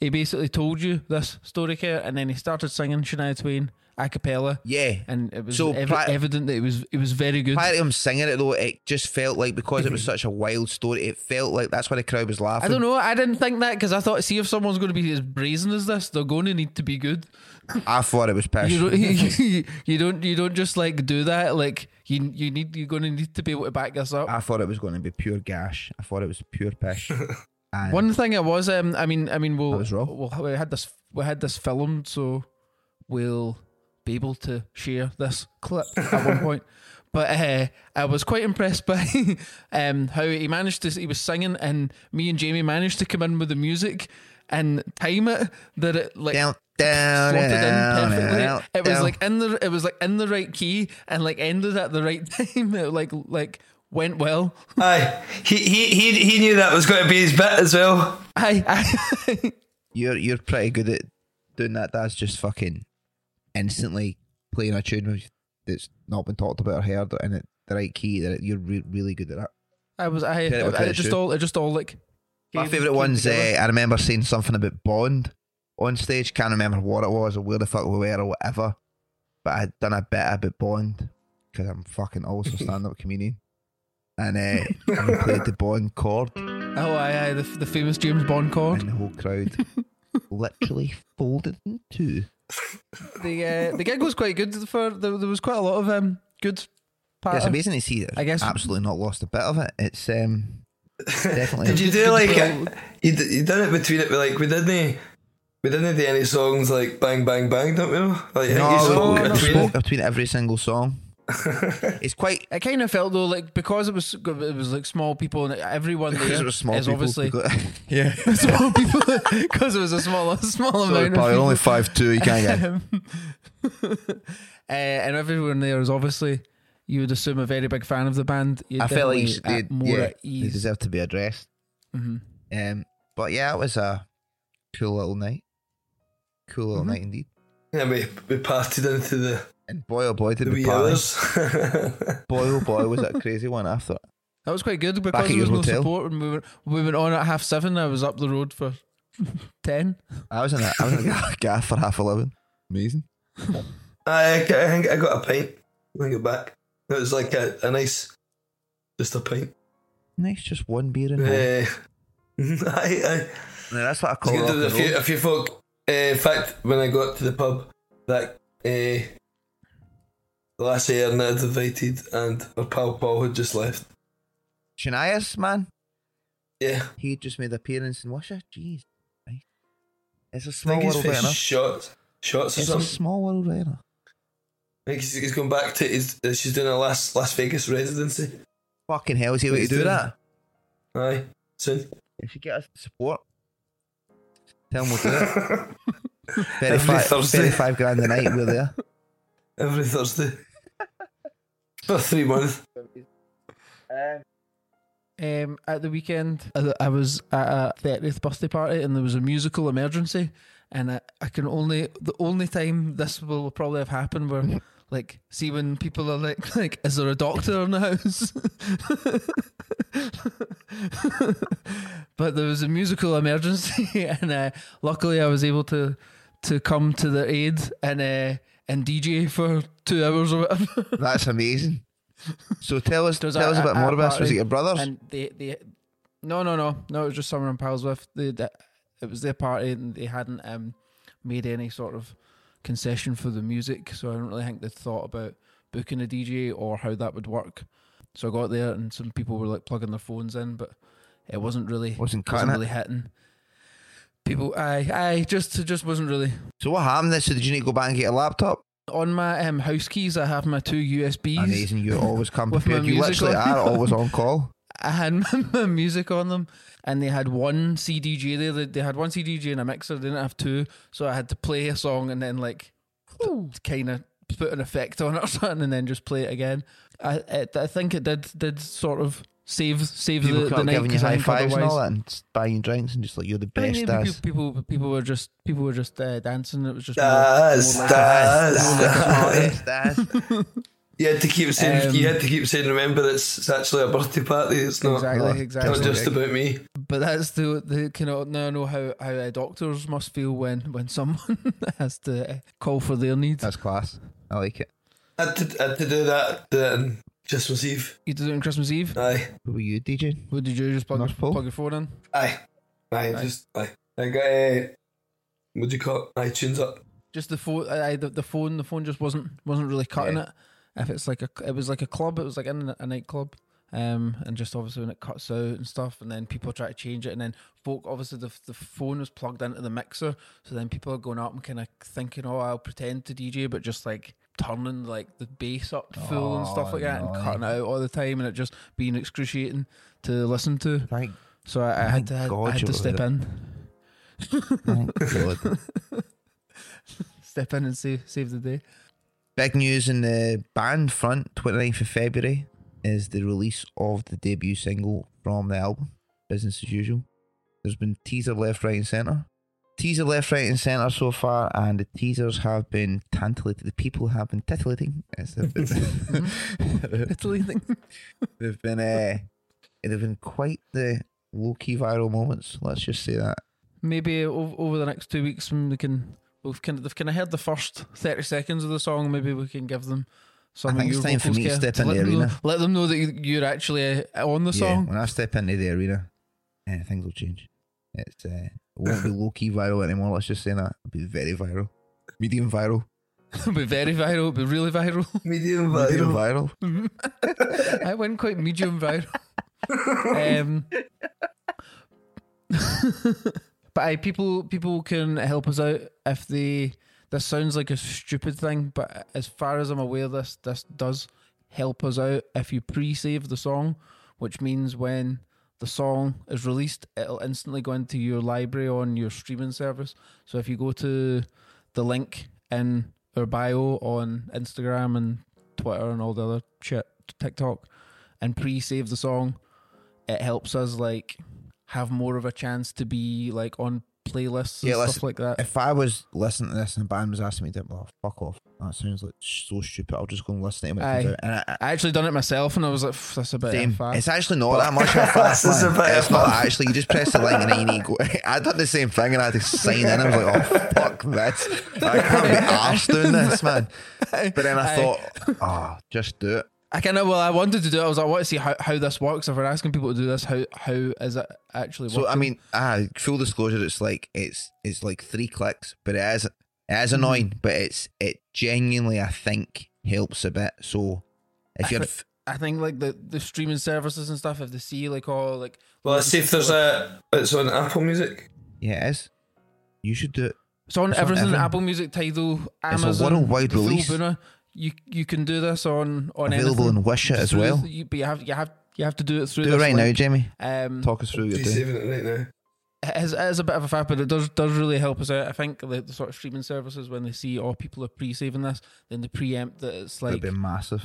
S2: He basically told you this story, Kurt, and then he started singing Shania Twain a cappella,
S1: yeah,
S2: and it was
S1: So
S2: ev-
S1: pri-
S2: evident that it was it was very good.
S1: prior to him singing it though, it just felt like because it was such a wild story, it felt like that's why the crowd was laughing.
S2: I don't know. I didn't think that because I thought, see, if someone's going to be as brazen as this, they're going to need to be good.
S1: I thought it was pish.
S2: You don't, you, don't, you don't just like do that. Like you, you need, you're going to need to be able to back this up.
S1: I thought it was going to be pure gash. I thought it was pure pish. And
S2: One thing it was, um, I mean, I mean, we'll,
S1: I was wrong.
S2: we'll we had this we had this filmed, so we'll be able to share this clip at one point. But uh, I was quite impressed by um, how he managed to. He was singing, and me and Jamie managed to come in with the music and time it that it like
S1: down, down,
S2: slotted
S1: and
S2: in
S1: out,
S2: perfectly.
S1: and out,
S2: it was
S1: down.
S2: like in the it was like in the right key and like ended at the right time. It like like went well.
S3: aye he, he he he knew that was going to be his bit as well
S2: I, I
S1: you're you're pretty good at doing that. That's just fucking instantly playing a tune with- that's not been talked about or heard and at the right key. That you're re- really good at that.
S2: I was I,
S1: Credit where
S2: I, I
S1: credit's
S2: just
S1: due.
S2: all it just all like
S1: My
S2: came-
S1: favourite
S2: came
S1: one's uh,
S2: together.
S1: I remember saying something about Bond on stage. Can't remember what it was or where the fuck we were or whatever. But I'd done a bit about Bond because I'm fucking also a stand up comedian. And uh, I played the Bond chord
S2: oh aye, aye the, the famous James Bond
S1: and
S2: chord
S1: the whole crowd literally folded in two.
S2: the uh, the gig was quite good for there, there was quite a lot of um good
S1: Yeah,
S2: part
S1: it's
S2: of-
S1: amazing to see that.
S2: Uh, I
S1: I
S2: guess-
S1: guess absolutely not lost a bit of it. It's um, definitely.
S3: did you do like a, you, d- you done it between it but like we didn't we didn't do any songs like bang bang bang don't we know like I think you
S1: No,
S3: spoke
S1: we, we
S3: between
S1: spoke between every single song. It's quite
S2: It kind of felt though like because it was it was like small people and everyone
S1: because
S2: there
S1: it was small
S2: is
S1: people.
S2: obviously
S1: because- yeah.
S2: small people because it was a small small
S1: Sorry,
S2: amount
S1: pal, you're
S2: of
S1: only
S2: people.
S1: five two. You can't get.
S2: uh, and everyone there is obviously you would assume a very big fan of the band. You're
S1: I felt like
S2: definitely
S1: they,
S2: at- more
S1: yeah,
S2: at
S1: they
S2: ease.
S1: deserve to be addressed.
S2: Mhm.
S1: Um, but yeah, it was a cool little night. Cool
S2: Mm-hmm.
S1: little night indeed.
S3: Yeah, we, we partied into the,
S1: And boy oh boy did
S3: the
S1: we
S3: wee
S1: party.
S3: hours.
S1: Boy oh boy was that a crazy one after. it.
S2: That was quite good because
S1: at
S2: there was
S1: your
S2: no
S1: hotel.
S2: support when we went, we went on at half seven. I was up the road for ten.
S1: I was in a, I was in a gaff for half eleven. Amazing.
S3: I, I think I got a pint. I got back. It was like a, a nice, just a pint.
S1: Nice, just one beer in. hand.
S3: Yeah.
S1: Mm-hmm.
S3: Uh, I, I,
S1: Now, that's what I
S3: It's
S1: call
S3: good
S1: rock
S3: to a
S1: and
S3: few,
S1: roll.
S3: a few folk. Uh, in fact, when I got to the pub, that uh, last year and I'd invited, and my pal Paul had just left.
S1: Shania's man,
S3: Yeah,
S1: he just made appearance in Russia. Jeez, right. It's a
S3: I
S1: small
S3: think he's
S1: world, right
S3: fishing
S1: enough.
S3: shots, shots or
S1: It's a
S3: something.
S1: small world, right enough.
S3: I think he's, he's going back to his. Uh, she's doing a Las Las Vegas residency.
S1: Fucking hell, is he able to
S3: He's
S1: do
S3: doing-
S1: that?
S3: Aye, soon.
S1: If you get us support, tell him we'll do it.
S3: Every
S1: 35,
S3: Thursday.
S1: 35 grand a night, we're there.
S3: Every Thursday for three months.
S2: Um, at the weekend, I I was at a thirtieth birthday party, and there was a musical emergency, and I, I can only the only time this will probably have happened where like see when people are like like is there a doctor in the house? but there was a musical emergency, and uh, luckily I was able to to come to the aid and uh, and DJ for two hours or whatever.
S1: That's amazing. So tell us,
S2: There
S1: tell
S2: was
S1: us a bit more
S2: a
S1: about this. Was it
S2: party
S1: your brothers?
S2: And they, they, no, no, no, no. It was just someone I'm pals with. They, that it was their party, and they hadn't um, made any sort of concession for the music, so I don't really think they'd thought about booking a DJ or how that would work. So I got there, and some people were like plugging their phones in, but it wasn't really
S1: Wasn't cutting it.
S2: really hitting. People, aye, aye, just it just wasn't really
S1: so what happened? Then? So did you need to go back and get a laptop?
S2: on my um, house keys. I have my two USBs.
S1: Amazing, you always come
S2: With my
S1: prepared. You
S2: music
S1: literally
S2: on.
S1: are always on call.
S2: I had my, my music on them, and they had one CDJ there. They, they had one CDJ and a mixer. They didn't have two, so I had to play a song and then like kind of put an effect on it or something, and then just play it again. I I, I think it did did sort of save save
S1: People
S2: the,
S1: come
S2: the
S1: up
S2: night
S1: giving you
S2: 'cause I
S1: high
S2: think
S1: fives and all
S2: otherwise-
S1: that, and s- buying you drinks and just like you're the
S2: I
S1: best.
S2: mean, yeah,
S1: as
S2: people, people people were just people were just uh, dancing. It was just more-
S3: Das,
S2: more like-
S3: das, das.
S1: Best as.
S3: You had to keep saying.
S2: Um,
S3: you had to keep saying. Remember, it's, it's actually a birthday party. It's not.
S1: Oh,
S2: exactly exactly.
S3: Not just about me.
S2: But that's the the kind of now I know how how uh, doctors must feel when when someone has to uh, call for their needs.
S1: That's class. I like it.
S3: I had to, I had to do that, do that on Christmas Eve.
S2: You did it on Christmas Eve.
S3: Aye.
S1: Who were you, DJ?
S2: What did you do? just plug your,
S1: North Pole?
S2: plug your phone in?
S3: Aye. Aye,
S2: Aye.
S3: just aye. I got uh, what do you call it? iTunes up.
S2: Just the phone. I, I- the, the phone. The phone just wasn't wasn't really cutting it. If it's like a, it was like a club. It was like in a, a nightclub. Um, and just obviously when it cuts out and stuff, and then people try to change it, and then folk obviously the the phone was plugged into the mixer, so then people are going up and kind of thinking, oh, I'll pretend to DJ, but just like turning like the bass up full and stuff
S1: Oh,
S2: like that, and
S1: no.
S2: cutting it out all the time, and it just being excruciating to listen to.
S1: Thank,
S2: So I, I had to I,
S1: God
S2: had
S1: you
S2: to
S1: were
S2: step
S1: there.
S2: in.
S1: thank God.
S2: step in and save save the day.
S1: Big news in the band front, 29th of February, is the release of the debut single from the album, Business as Usual. There's been teaser left, right, and centre. Teaser left, right, and centre so far, and the teasers have been tantalating. The people have been titillating. It's a bit-
S2: Italy thing.
S1: They've been uh, they've been quite the low key viral moments. Let's just say that.
S2: Maybe over, over the next two weeks when we can we've kind of they've kind of heard the first thirty seconds of the song. Maybe we can give them some.
S1: I think
S2: of
S1: it's
S2: your
S1: time for
S2: vocals,
S1: me to
S2: Kev,
S1: step in
S2: let
S1: the
S2: them know-
S1: arena.
S2: let them know that you- you're actually uh, on the
S1: Yeah,
S2: song.
S1: when I step into the arena, eh, things will change. It's uh, it won't be low key viral anymore. Let's just say that it'll be very viral, medium viral,
S2: it'll be very viral. It'll be really viral.
S3: Medium
S1: medium
S3: viral.
S1: viral.
S2: I went quite medium viral. um, but I, people people can help us out if they. This sounds like a stupid thing, but as far as I'm aware, this this does help us out if you pre-save the song, which means when the song is released, it'll instantly go into your library on your streaming service. So if you go to the link in our bio on Instagram and Twitter and all the other shit, TikTok, and pre-save the song, it helps us like have more of a chance to be like on playlists and
S1: Yeah,
S2: stuff
S1: listen,
S2: like that.
S1: If I was listening to this and a band was asking me to well, fuck off, that sounds like so stupid. I'll just go and listen to it when it comes
S2: Aye.
S1: out. And I, I-
S2: I actually done it myself, and I was like, "Pff, "That's a bit
S1: same.
S2: fat."
S1: It's actually not that much of a fast
S3: This is a
S1: line.
S3: bit
S1: It's
S3: of
S1: not
S3: fun.
S1: actually. You just press the link and then you need to go. I done the same thing and I had to sign in. I was like, oh fuck this. I can't be arsed doing this, man. But then I
S2: Aye.
S1: thought, oh, just do it.
S2: I kind of well, I wanted to do it. I was like, "I want to see how, how this works." If we're asking people to do this, how how is it actually?
S1: So
S2: working?
S1: I mean, ah, full disclosure, it's like it's it's like three clicks, but it is it is
S2: Mm-hmm.
S1: annoying, but it's it genuinely I think helps a bit. So if
S2: I
S1: you're
S2: thi-
S1: f-
S2: I think like the, the streaming services and stuff. If they see like all like,
S3: Well, let's see if there's a. It's on Apple Music.
S1: yeah, it is. You should do it.
S2: It's on
S1: It's on
S2: everything:
S1: everything.
S2: Apple Music, Tidal,
S1: a
S2: Amazon.
S1: worldwide
S2: Full
S1: release.
S2: Buna. You you can do this on on
S1: Available
S2: anything.
S1: in Wish It as
S2: Through
S1: well.
S2: this- you, but you have you have you have to do it through.
S1: Do it
S2: this
S1: right now,
S2: link.
S1: Jamie.
S2: Um,
S1: Talk us through your
S3: He's
S1: day.
S3: saving it right now.
S2: it is, it is a bit of a fad, but it does does really help us out. I think the, the sort of streaming services when they see oh people are pre-saving this, then they preempt that it's
S1: It'd
S2: like
S1: be massive.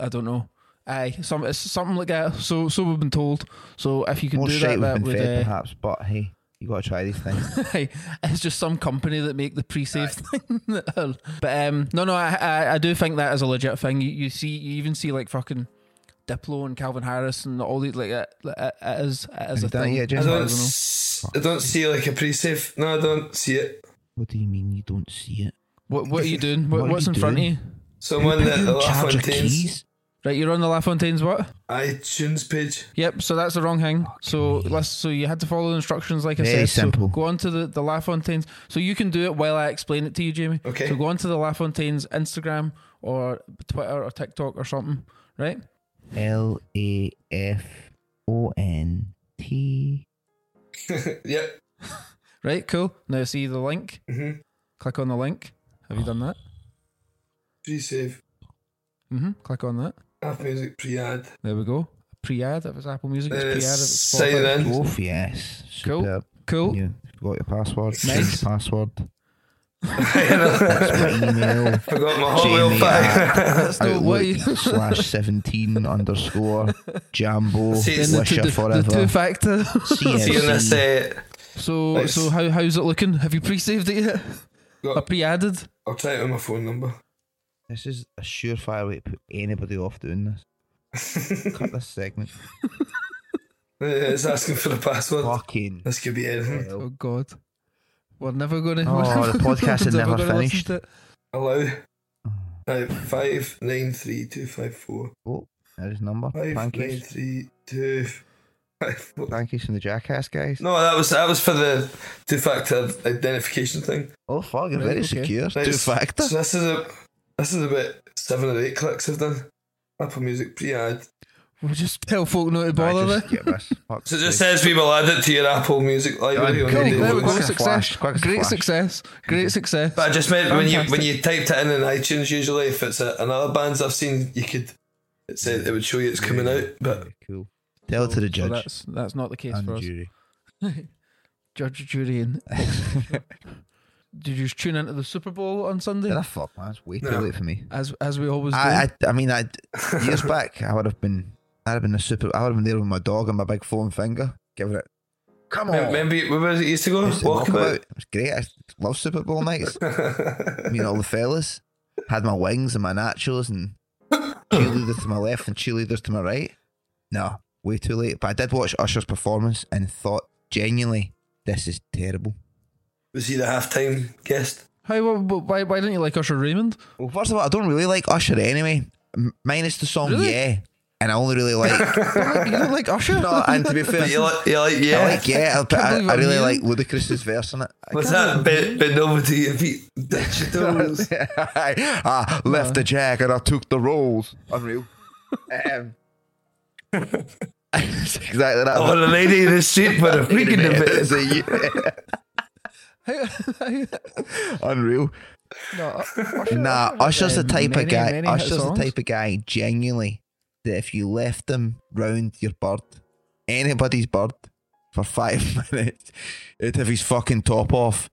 S2: I don't know, aye, some it's something like that. So so we've been told. So if you can
S1: More
S2: do that,
S1: shite we've
S2: that
S1: been
S2: would.
S1: fed,
S2: Uh,
S1: perhaps, but hey, you got to try these things.
S2: it's just some company that make the pre-save thing. that are- but um, no, no, I, I I do think that is a legit thing. You you see, you even see like fucking Diplo and Calvin Harris and all these like it, it, it is it
S1: Have
S2: is a
S1: you done it
S2: thing.
S1: yet,
S3: I
S1: James?
S2: I
S3: don't.
S2: don't know.
S3: s- I don't see like a pre-save. No, I don't see it.
S1: What do you mean you don't see it?
S2: What what are you doing?
S1: What
S2: What,
S1: are
S2: what's
S1: you
S2: in front of
S1: doing?
S2: you?
S3: Someone that the
S1: You charge your
S3: Lafontaines
S1: keys?
S2: Right, you're on the LaFontaine's what?
S3: iTunes page.
S2: Yep, so that's the wrong thing. so let's so you had to follow the instructions like I
S1: Very
S2: said. So
S1: simple.
S2: go on to the, the LaFontaine's. So you can do it while I explain it to you, Jamie.
S3: Okay.
S2: So go on to the LaFontaine's Instagram or Twitter or TikTok or something, right?
S1: L A F O N T.
S3: Yep.
S2: Right, cool. Now see the link.
S3: Mhm.
S2: Click on the link. Have you done that?
S3: Pre-save.
S2: Mm-hmm. Click on that.
S3: Apple Music pre-ad.
S2: There we go. Pre-ad if it's Apple Music, it's
S3: Then
S2: pre-ad
S3: it's
S2: if it's
S3: sign
S2: Spotify.
S3: in.
S1: Wolf, yes.
S2: Cool.
S1: Superb.
S2: Cool.
S1: You forgot your password.
S2: Nice.
S1: Change your password.
S3: I
S1: Email.
S3: got my Hotmail
S1: Jamie
S3: file.
S2: That's not what
S1: Outlook
S2: you-
S1: slash 17 underscore Jambo
S3: See, it's
S2: the,
S1: Wisher
S2: two- the
S1: forever.
S2: two factor.
S3: See you in this.
S1: CFC.
S3: Uh,
S2: So
S3: Right.
S2: so how how's it looking? Have you pre-saved it yet?
S3: got-
S2: Or pre-added?
S3: I'll try it on my phone number.
S1: This is a surefire way to put anybody off doing this. Cut this segment.
S3: Uh, It's asking for the password.
S1: Fucking.
S3: This could be anything.
S2: Oh God, we're never going to.
S1: Oh, the podcast had never finished.
S3: Allow. Right, five nine three two five four.
S1: Oh, there's his number.
S3: Five
S1: Thank
S3: nine
S1: you.
S3: three two five four.
S1: Thank you from the Jackass guys.
S3: No, that was that was for the two factor identification thing.
S1: Oh, fuck,
S2: Right,
S1: very
S2: okay.
S1: secure.
S3: Right,
S1: Two factor.
S3: So this is a this is about seven or eight clicks I've done. Apple Music pre-ad.
S2: We'll just tell folk not to bother.
S1: I
S2: there.
S1: just get this. Fuck
S3: So it just
S1: sake.
S3: says we will add it to your Apple Music library.
S1: Done.
S3: on
S1: Cool,
S2: There
S3: your
S2: we go.
S3: daily
S1: Quick
S3: log.
S1: as a flash,
S2: Success.
S1: quick as a
S2: Great
S1: flash.
S2: success. Great success.
S3: But I just meant when you when
S2: Fantastic.
S3: you typed it in in iTunes, usually if it's a, another band's I've seen, you could it said it would show you it's coming out. But
S1: Very cool. Tell it to the
S2: So
S1: judge
S2: that's that's not the case for
S1: and
S2: us.
S1: jury.
S2: Judge, jury, and did you just tune into the Super Bowl on Sunday?
S1: Get the fuck, man. It's way too
S3: No.
S1: late for me.
S2: As as we always do.
S1: I, I, I mean, I years back, I would have been, I'd have been a super, I would have been there with my dog and my big foam finger, giving it. Come on,
S3: remember where was it used to go?
S1: I used to walk about.
S3: Walkabout.
S1: It was great. I love Super Bowl nights. Me and all the fellas had my wings and my nachos and cheerleaders to my left and cheerleaders to my right. No, way too late. But I did watch Usher's performance and thought, genuinely, this is terrible.
S3: Was he the halftime guest?
S2: How? wha- wha- Why? Why don't you like Usher Raymond?
S1: Well, first of all, I don't really like Usher anyway, m- minus the song
S2: Really?
S1: Yeah, and I only really like.
S2: you don't like Usher?
S1: no, and to be fair,
S3: You like, you like yeah.
S1: I like yeah, but I,
S2: believe
S1: I
S2: I'm
S1: really
S2: you.
S1: like Ludacris's verse on it.
S3: What's that? Bend, bend over to your feet. Ditch your toes.
S1: I left the jack and I took the rolls. Unreal. Um, it's exactly that.
S3: Or a lady in Oh, the street with a freak in the
S1: It's
S3: bit.
S1: a- yeah.
S2: How- how-
S1: Unreal.
S2: No, Usher,
S1: Nah, Usher's the
S2: had, uh,
S1: type of
S2: many,
S1: guy.
S2: many hit
S1: Usher's the
S2: songs.
S1: type of guy. Genuinely, that if you left them round your bird, anybody's bird, for five minutes, it'd have his fucking top off.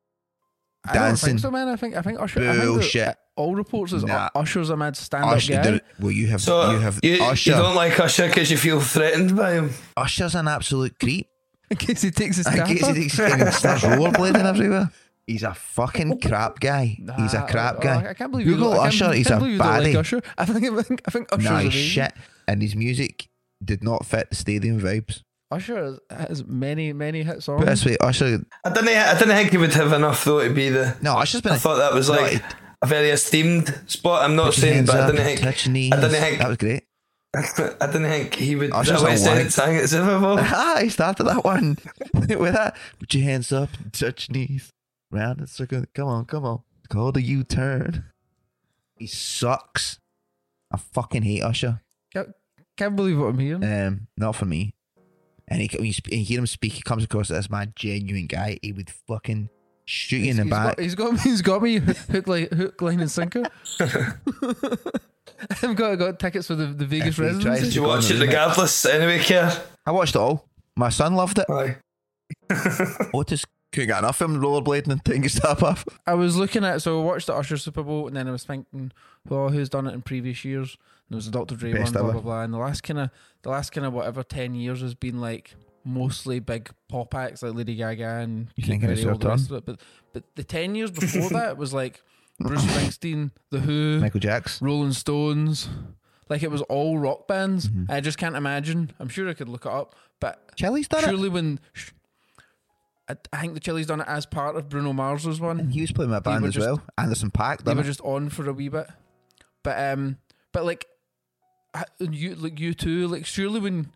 S2: I don't
S1: dancing.
S2: think so, man. I think I think Usher. I think that
S1: Bullshit.
S2: all reports is
S1: Nah.
S2: Usher's a mad stand-up
S1: Usher,
S2: guy.
S1: there- well, you have
S3: So
S1: you have
S3: you, you
S1: Usher.
S3: don't like Usher because you feel threatened by him.
S1: Usher's an absolute creep.
S2: In case he takes his
S1: I
S2: cap
S1: guess
S2: off.
S1: he starts rollerblading everywhere. He's a fucking crap guy.
S2: Nah,
S1: He's a crap
S2: oh,
S1: guy.
S2: I can't believe you
S1: Google
S2: don't- I can't-
S1: Usher.
S2: I
S1: He's a
S2: can't believe you don't
S1: baddie.
S2: Like Usher. I think I think I think Usher's
S1: Nah, he's
S2: amazing.
S1: shit. And his music did not fit the stadium vibes.
S2: Usher has, has many many hit songs.
S1: But this way, Usher.
S3: I didn't. I didn't think he would have enough though to be the.
S1: No, Usher's been.
S3: I thought that was
S1: no,
S3: like
S1: it-
S3: a very esteemed spot. I'm not saying,
S1: hands
S3: but I
S1: up,
S3: didn't think.
S1: touch
S3: I
S1: knees.
S3: didn't
S1: That
S3: think.
S1: was great.
S3: I didn't think he would.
S1: I was
S3: That's
S1: just
S3: why I
S1: a
S3: said
S1: wank.
S3: it sang at Super Bowl.
S1: Ah, he started that one with that. Put your hands up, touch knees, round and circle. Come on, come on. Call the U turn. He sucks. I fucking hate Usher.
S2: Can't, can't believe what I'm hearing.
S1: Um, not for me. And he, when you, sp- you hear him speak, he comes across as my genuine guy. He would fucking shoot you in the
S2: He's
S1: back.
S2: Got, he's got me. He's got me hook, like, hook, line, and sinker. I've got got tickets for the, the Vegas
S1: If he tries
S2: residency.
S3: Did you watch it regardless? Anyway, care.
S1: I watched it all. My son loved it.
S3: Aye.
S1: Otis couldn't get enough of him rollerblading and taking his top off.
S2: I was looking at so I watched the Usher Super Bowl and then I was thinking, well, who's done it in previous years? And there was a Dr. Dre
S1: Best
S2: one, blah
S1: ever.
S2: blah blah. And the last kind of the last kind of whatever ten years has been like mostly big pop acts like Lady Gaga and
S1: You
S2: Katy
S1: thinking it's
S2: Perry,
S1: your
S2: all the rest of it. But but the ten years before that was like Bruce Springsteen, The Who,
S1: Michael Jackson.
S2: Rolling Stones. Like it was all rock bands.
S1: Mm-hmm.
S2: I just can't imagine. I'm sure I could look it up, but
S1: Chili's done it.
S2: surely when sh- I, I think the Chili's done it as part of Bruno Mars's one.
S1: He was playing my band
S2: were
S1: as
S2: just-
S1: well. Anderson Pack
S2: They
S1: done
S2: were
S1: it.
S2: just on for a wee bit, but um, but like, I- and you like you too. Like surely when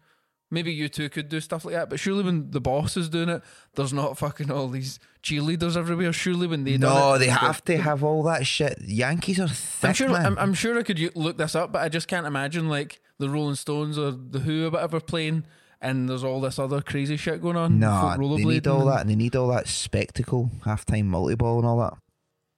S2: maybe you two could do stuff like that, but surely when the boss is doing it, there's not fucking all these cheerleaders everywhere. Surely when they
S1: no,
S2: done it,
S1: they have to have all that shit. Yankees are thick,
S2: I'm sure.
S1: man.
S2: I'm, I'm sure I could u- look this up, but I just can't imagine like the Rolling Stones or the Who or whatever playing, and there's all this other crazy shit going on.
S1: no,
S2: folk
S1: they need all
S2: rollerblading.
S1: that. They need all that spectacle, halftime multi-ball and all that.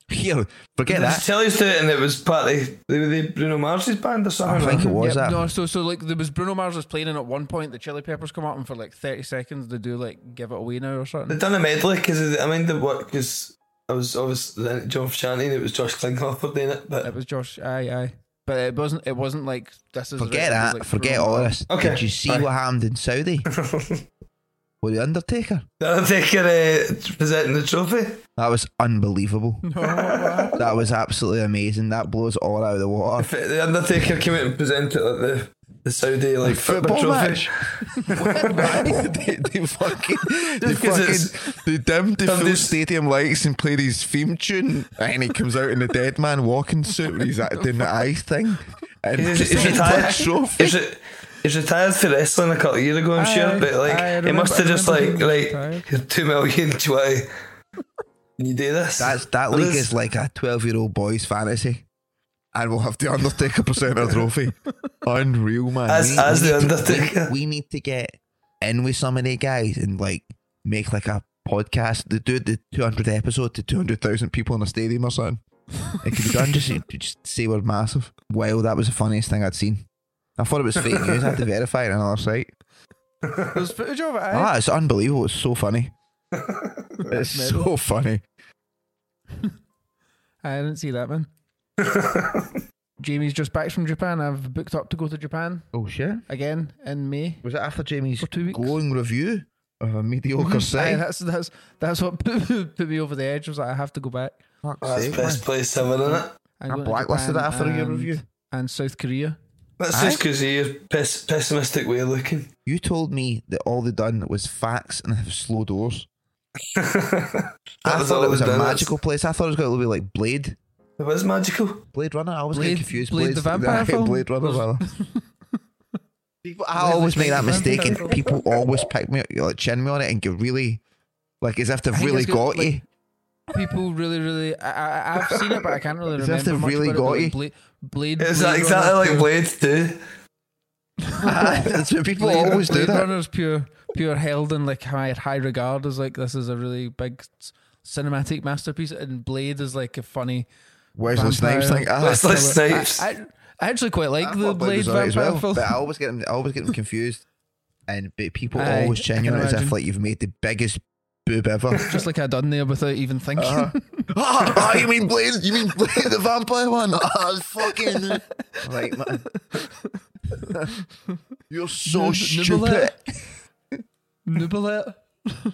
S1: Here, forget
S3: Did
S1: that.
S3: Chili's do it and it was part of they were they Bruno Mars's band or
S1: I
S3: something?
S1: think it was
S2: Yep,
S1: that.
S2: No, so so like there was Bruno Mars was playing, and at one point the Chili Peppers come up, and for like thirty seconds they do like give it away now or
S3: They
S2: something.
S3: done a medley because I mean the work because I was obviously then John Frusciante and it was Josh Klinghoffer doing it,
S2: It
S3: but
S2: was Josh. Aye, aye. But it wasn't. It wasn't like this is.
S1: Forget
S2: right, it was,
S1: that.
S2: like,
S1: forget
S2: Bruno
S1: all
S2: Mars.
S1: this.
S3: Okay,
S1: Did you see
S3: bye.
S1: what happened in Saudi with the Undertaker?
S3: the Undertaker uh, presenting the trophy.
S1: That was unbelievable.
S2: No, what happened?
S1: That was absolutely amazing. That blows it all out of the water.
S3: If it- The Undertaker came out and presented like the the Saudi like football, trophy.
S1: they, they fucking, they
S3: 'cause it's-
S1: fucking, they dimmed the full
S3: Somebody's-
S1: stadium lights and played his theme tune, and he comes out in the dead man walking suit when he's at- doing the eye thing, and
S3: He's,
S1: just
S3: he's
S1: a
S3: retired.
S1: fucking trophy.
S3: He's, re- he's retired for wrestling a couple of years ago, I'm
S2: Aye,
S3: sure. But like,
S2: aye, I
S3: he must have
S2: remember- I
S3: just like,
S2: remember he was
S3: like,
S2: retired.
S3: here's two million twenty. Can you do this?
S1: That's that
S3: Well,
S1: league
S3: this-
S1: is like a twelve-year-old boy's fantasy, and we'll have the Undertaker presenter trophy. Unreal, man.
S3: As- as the
S1: to-
S3: Undertaker.
S1: we, we need to get in with some of the guys and like make like a podcast. They do the two hundred episode to two hundred thousand people in a stadium or something. It could be done. just, just say we're massive. Wow, that was the funniest thing I'd seen. I thought it was fake news. I had to verify it on another site.
S2: There's footage of it. Aye.
S1: Ah, it's unbelievable. It's so funny. It's so funny.
S2: I didn't see that man. Jamie's just back from Japan. I've booked up to go to Japan
S1: Oh shit.
S2: again in May.
S1: Was it after Jamie's
S2: For two weeks. Mm-hmm.
S1: glowing review of a mediocre
S2: Aye,
S1: site?
S2: that's that's that's what put, put me over the edge. I was like, I have to go back.
S1: Fuck's
S3: Oh, That's
S1: sake,
S3: best
S1: man.
S3: place ever, isn't it?
S2: I'm
S1: I
S2: going to
S1: blacklisted
S2: Japan
S1: that after your
S2: and-
S1: review.
S2: and South Korea.
S3: That's
S1: Aye.
S3: just because of your pess- pessimistic way of looking.
S1: You told me that all they done was facts and have slow doors.
S3: That
S1: I thought
S3: all
S1: it was
S3: they've
S1: a
S3: done.
S1: magical place. I thought it was going to be like Blade,
S3: It was magical.
S1: Blade Runner. I always
S2: Blade-
S1: get confused.
S2: Blade the vampire
S1: Aye,
S2: film?
S1: Blade Runner. rather. people, I
S2: Blade
S1: always
S2: the
S1: make that
S2: vampire
S1: mistake, and
S2: film.
S1: people always pick me, like chin me on it, and get really, like as if
S2: I
S1: they've
S2: think
S1: really
S2: it's 'cause,
S1: got you.
S2: People really, really. I, I, I've seen it, but I can't really
S1: Is
S2: remember.
S1: that if they've
S2: much
S1: really
S2: about
S1: got
S2: it, but
S1: you?
S2: Blade, Blade
S3: It's
S2: Blade
S3: exactly
S2: Runner's
S3: like
S2: pure-
S3: Blade do.
S1: That's what people
S2: Blade,
S1: always
S2: Blade
S1: do that.
S2: Runner's pure, pure held in like high, high regard as like this is a really big s- cinematic masterpiece, and Blade is like a funny,
S1: Wesley
S2: Vampire.
S1: Snipes. Like, ah,
S3: Wesley
S1: killer.
S3: Snipes.
S2: I, I, I actually quite like
S1: I
S2: the
S1: thought Blade
S2: Blade
S1: was alright
S2: Vampire
S1: as well,
S2: film.
S1: but I always get them, I always get them confused, and but people
S2: Aye,
S1: always
S2: I
S1: checking
S2: can
S1: it as if
S2: imagine.
S1: like you've made the biggest boob ever.
S2: Just like I done there without even thinking.
S1: Uh-huh. Ah, ah, you mean Blade? You mean Blade the vampire one? Ah, fucking right, man. You're so
S2: Nib-
S1: stupid.
S2: Nibblet. Nubelet.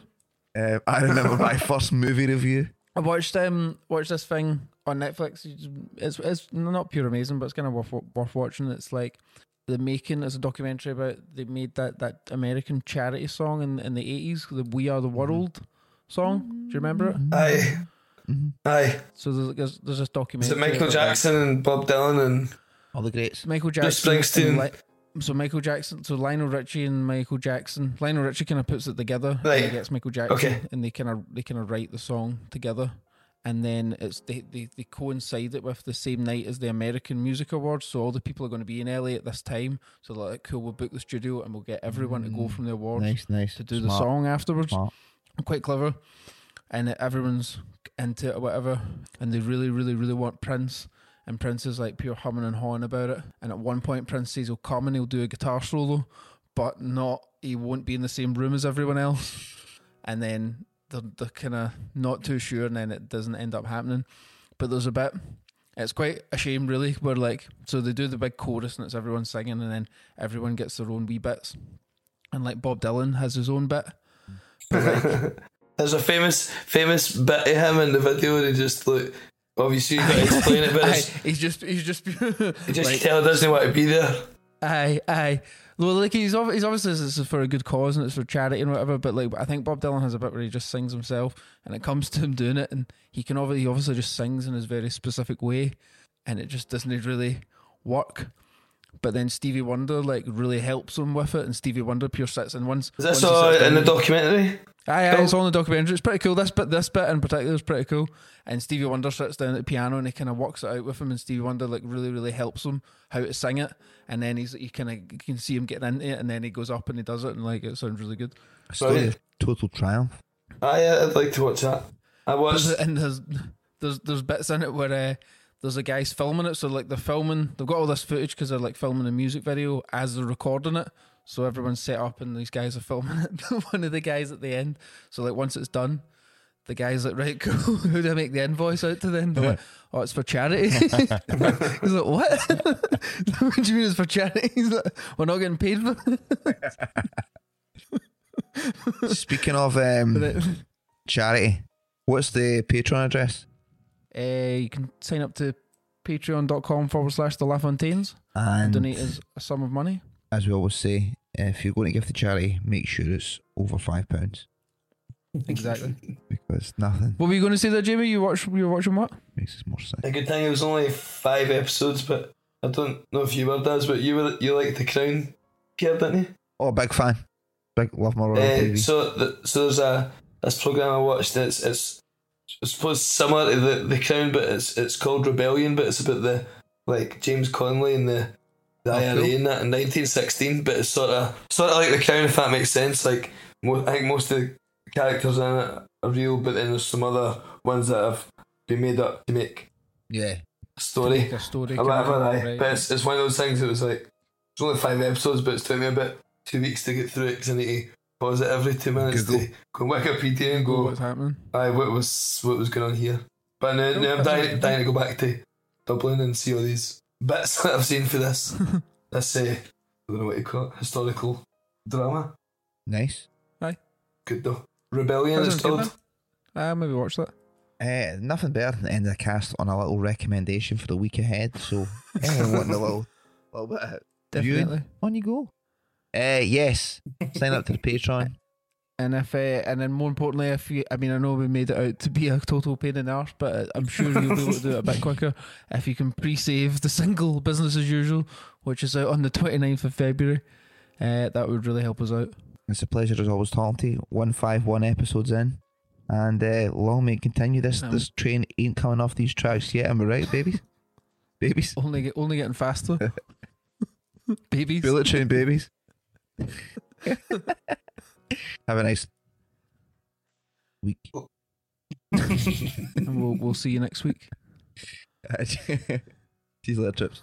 S1: Um, I remember my first movie review.
S2: I watched um watched this thing on Netflix. You just- It's it's not pure amazing, but it's kind of worth worth watching. It's like the making is a documentary about they made that that American charity song in in the eighties, the "We
S3: Mm-hmm.
S2: Are the World" song. Do you remember it?
S3: Aye.
S1: mm-hmm.
S3: Aye.
S2: So there's there's, there's this
S3: Mm-hmm. Is
S2: documentary.
S3: it Michael
S2: about-
S3: Jackson and Bob Dylan and
S1: All the greats.
S2: Michael Jackson.
S3: Springsteen.
S2: and Li- so Michael Jackson, so Lionel Richie and Michael Jackson. Lionel Richie kind of puts it together. And he
S3: Right.
S2: gets Michael Jackson,
S3: Okay.
S2: and they kind of they kind of write the song together, and then it's they, they they coincide it with the same night as the American Music Awards. So all the people are going to be in LA at this time. So they're like, cool, we'll book the studio and we'll get everyone to go from the awards
S1: Nice, nice.
S2: to do the
S1: Smart.
S2: song afterwards
S1: Smart.
S2: quite clever, and everyone's into it or whatever, and they really, really, really want Prince. And Prince is like pure humming and hawing about it. And at one point, Prince says he'll come and he'll do a guitar solo, but not he won't be in the same room as everyone else. And then they're, they're kind of not too sure, and then it doesn't end up happening. But there's a bit. It's quite a shame, really. Where like, so they do the big chorus and it's everyone singing, and then everyone gets their own wee bits. And like Bob Dylan has his own bit,
S3: there's a famous famous bit of him in the video where he just like obviously you gotta explain it but
S2: Aye,
S3: it's-
S2: he's just he's just
S3: he just
S2: like,
S3: tell doesn't want to be there.
S2: aye aye. Well, like he's ob- he's obviously this is for a good cause and it's for charity and whatever. But like I think Bob Dylan has a bit where he just sings himself, and it comes to him doing it, and he can obviously he obviously just sings in his very specific way, and it just doesn't really work. But then Stevie Wonder like really helps him with it, and Stevie Wonder pure sits and once.
S3: Is
S2: once
S3: this
S2: he
S3: all
S2: sits
S3: in the
S2: down-
S3: documentary?
S2: Aye, aye, Ah, it's all in the documentary. It's pretty cool. This bit, this bit in particular is pretty cool. And Stevie Wonder sits down at the piano and he kind of works it out with him. And Stevie Wonder like really, really helps him how to sing it. And then he's you kind of you can see him getting into it. And then he goes up and he does it. And like it sounds really good.
S1: A story
S3: Right.
S1: of total triumph.
S3: Aye, I'd like to watch that. I watched
S2: There's- and there's there's there's bits in it where uh, there's a guy's filming it. So like they're filming, they've got all this footage because they're like filming a music video as they're recording it. So everyone's set up and these guys are filming it. One of the guys at the end. So like once it's done, the guy's like, right, cool. Who do I make the invoice out to then? They're like, oh, it's for charity. He's like, what? what do you mean it's for charity? He's like, we're not getting paid for it.
S1: Speaking of um, charity, what's the Patreon address?
S2: Uh, you can sign up to patreon.com forward slash the LaFontaines.
S1: And
S2: Donate us a sum of money.
S1: as we always say, eh, if you're going to give to charity, make sure it's over five pounds
S2: Exactly.
S1: because nothing
S2: What were you going to say there, Jamie? You watch? You were watching what?
S1: makes us more sick.
S3: a good thing it was only five episodes, but I don't know if you were Daz, but you were you liked the crown here, didn't you?
S1: Oh, big fan, big love my royal
S3: Uh,
S1: baby.
S3: so, th so there's a this program I watched. It's it's I suppose similar to the, the Crown, but it's it's called Rebellion. But it's about the like James Conley and the the IRA and that in 1916. But it's sort of sort of like the Crown, if that makes sense. Like mo- I think most of the characters in it are real, but then there's some other ones that have been made up to make
S1: yeah,
S3: a story
S2: Like a story.
S3: or
S2: kind of
S3: whatever.
S2: thing,
S3: aye.
S2: right?
S3: But it's, it's one of those things. It was like it's only five episodes, but it's took me about two weeks to get through it because I need to pause it every two minutes
S1: Google.
S3: to go on Wikipedia and
S2: Cool,
S3: go,
S2: what's happening?
S3: aye, what was what was going on here? But now, now I'm
S2: that's
S3: dying,
S2: amazing.
S3: dying to go back to Dublin and see all these bits that I've seen for this. this uh, I don't know what you call it, historical drama.
S1: nice.
S3: Good though. Rebellion
S2: That
S3: is
S2: sounds good,
S3: called.
S2: man. Uh, maybe watch that.
S1: Uh, nothing better than the end of the cast on a little recommendation for the week ahead. So, eh, anyone wanting a little, little bit of viewing,
S2: Definitely.
S1: on you go. Uh, yes, sign up to the Patreon.
S2: And if, uh, and then more importantly, if you, I mean, I know we made it out to be a total pain in the arse, but I'm sure you'll be able to do it a bit quicker if you can pre-save the single "Business as Usual," which is out on the 29th of February. Uh, that would really help us out.
S1: It's a pleasure as always talking to you. One five one episodes in, and uh, long may it continue. This
S2: Um,
S1: this train ain't coming off these tracks yet. Am I right, babies? babies,
S2: Only, get- only getting faster. Babies.
S1: bullet train, babies. Have a nice week.
S2: And we'll, we'll see you next week.
S1: These little trips.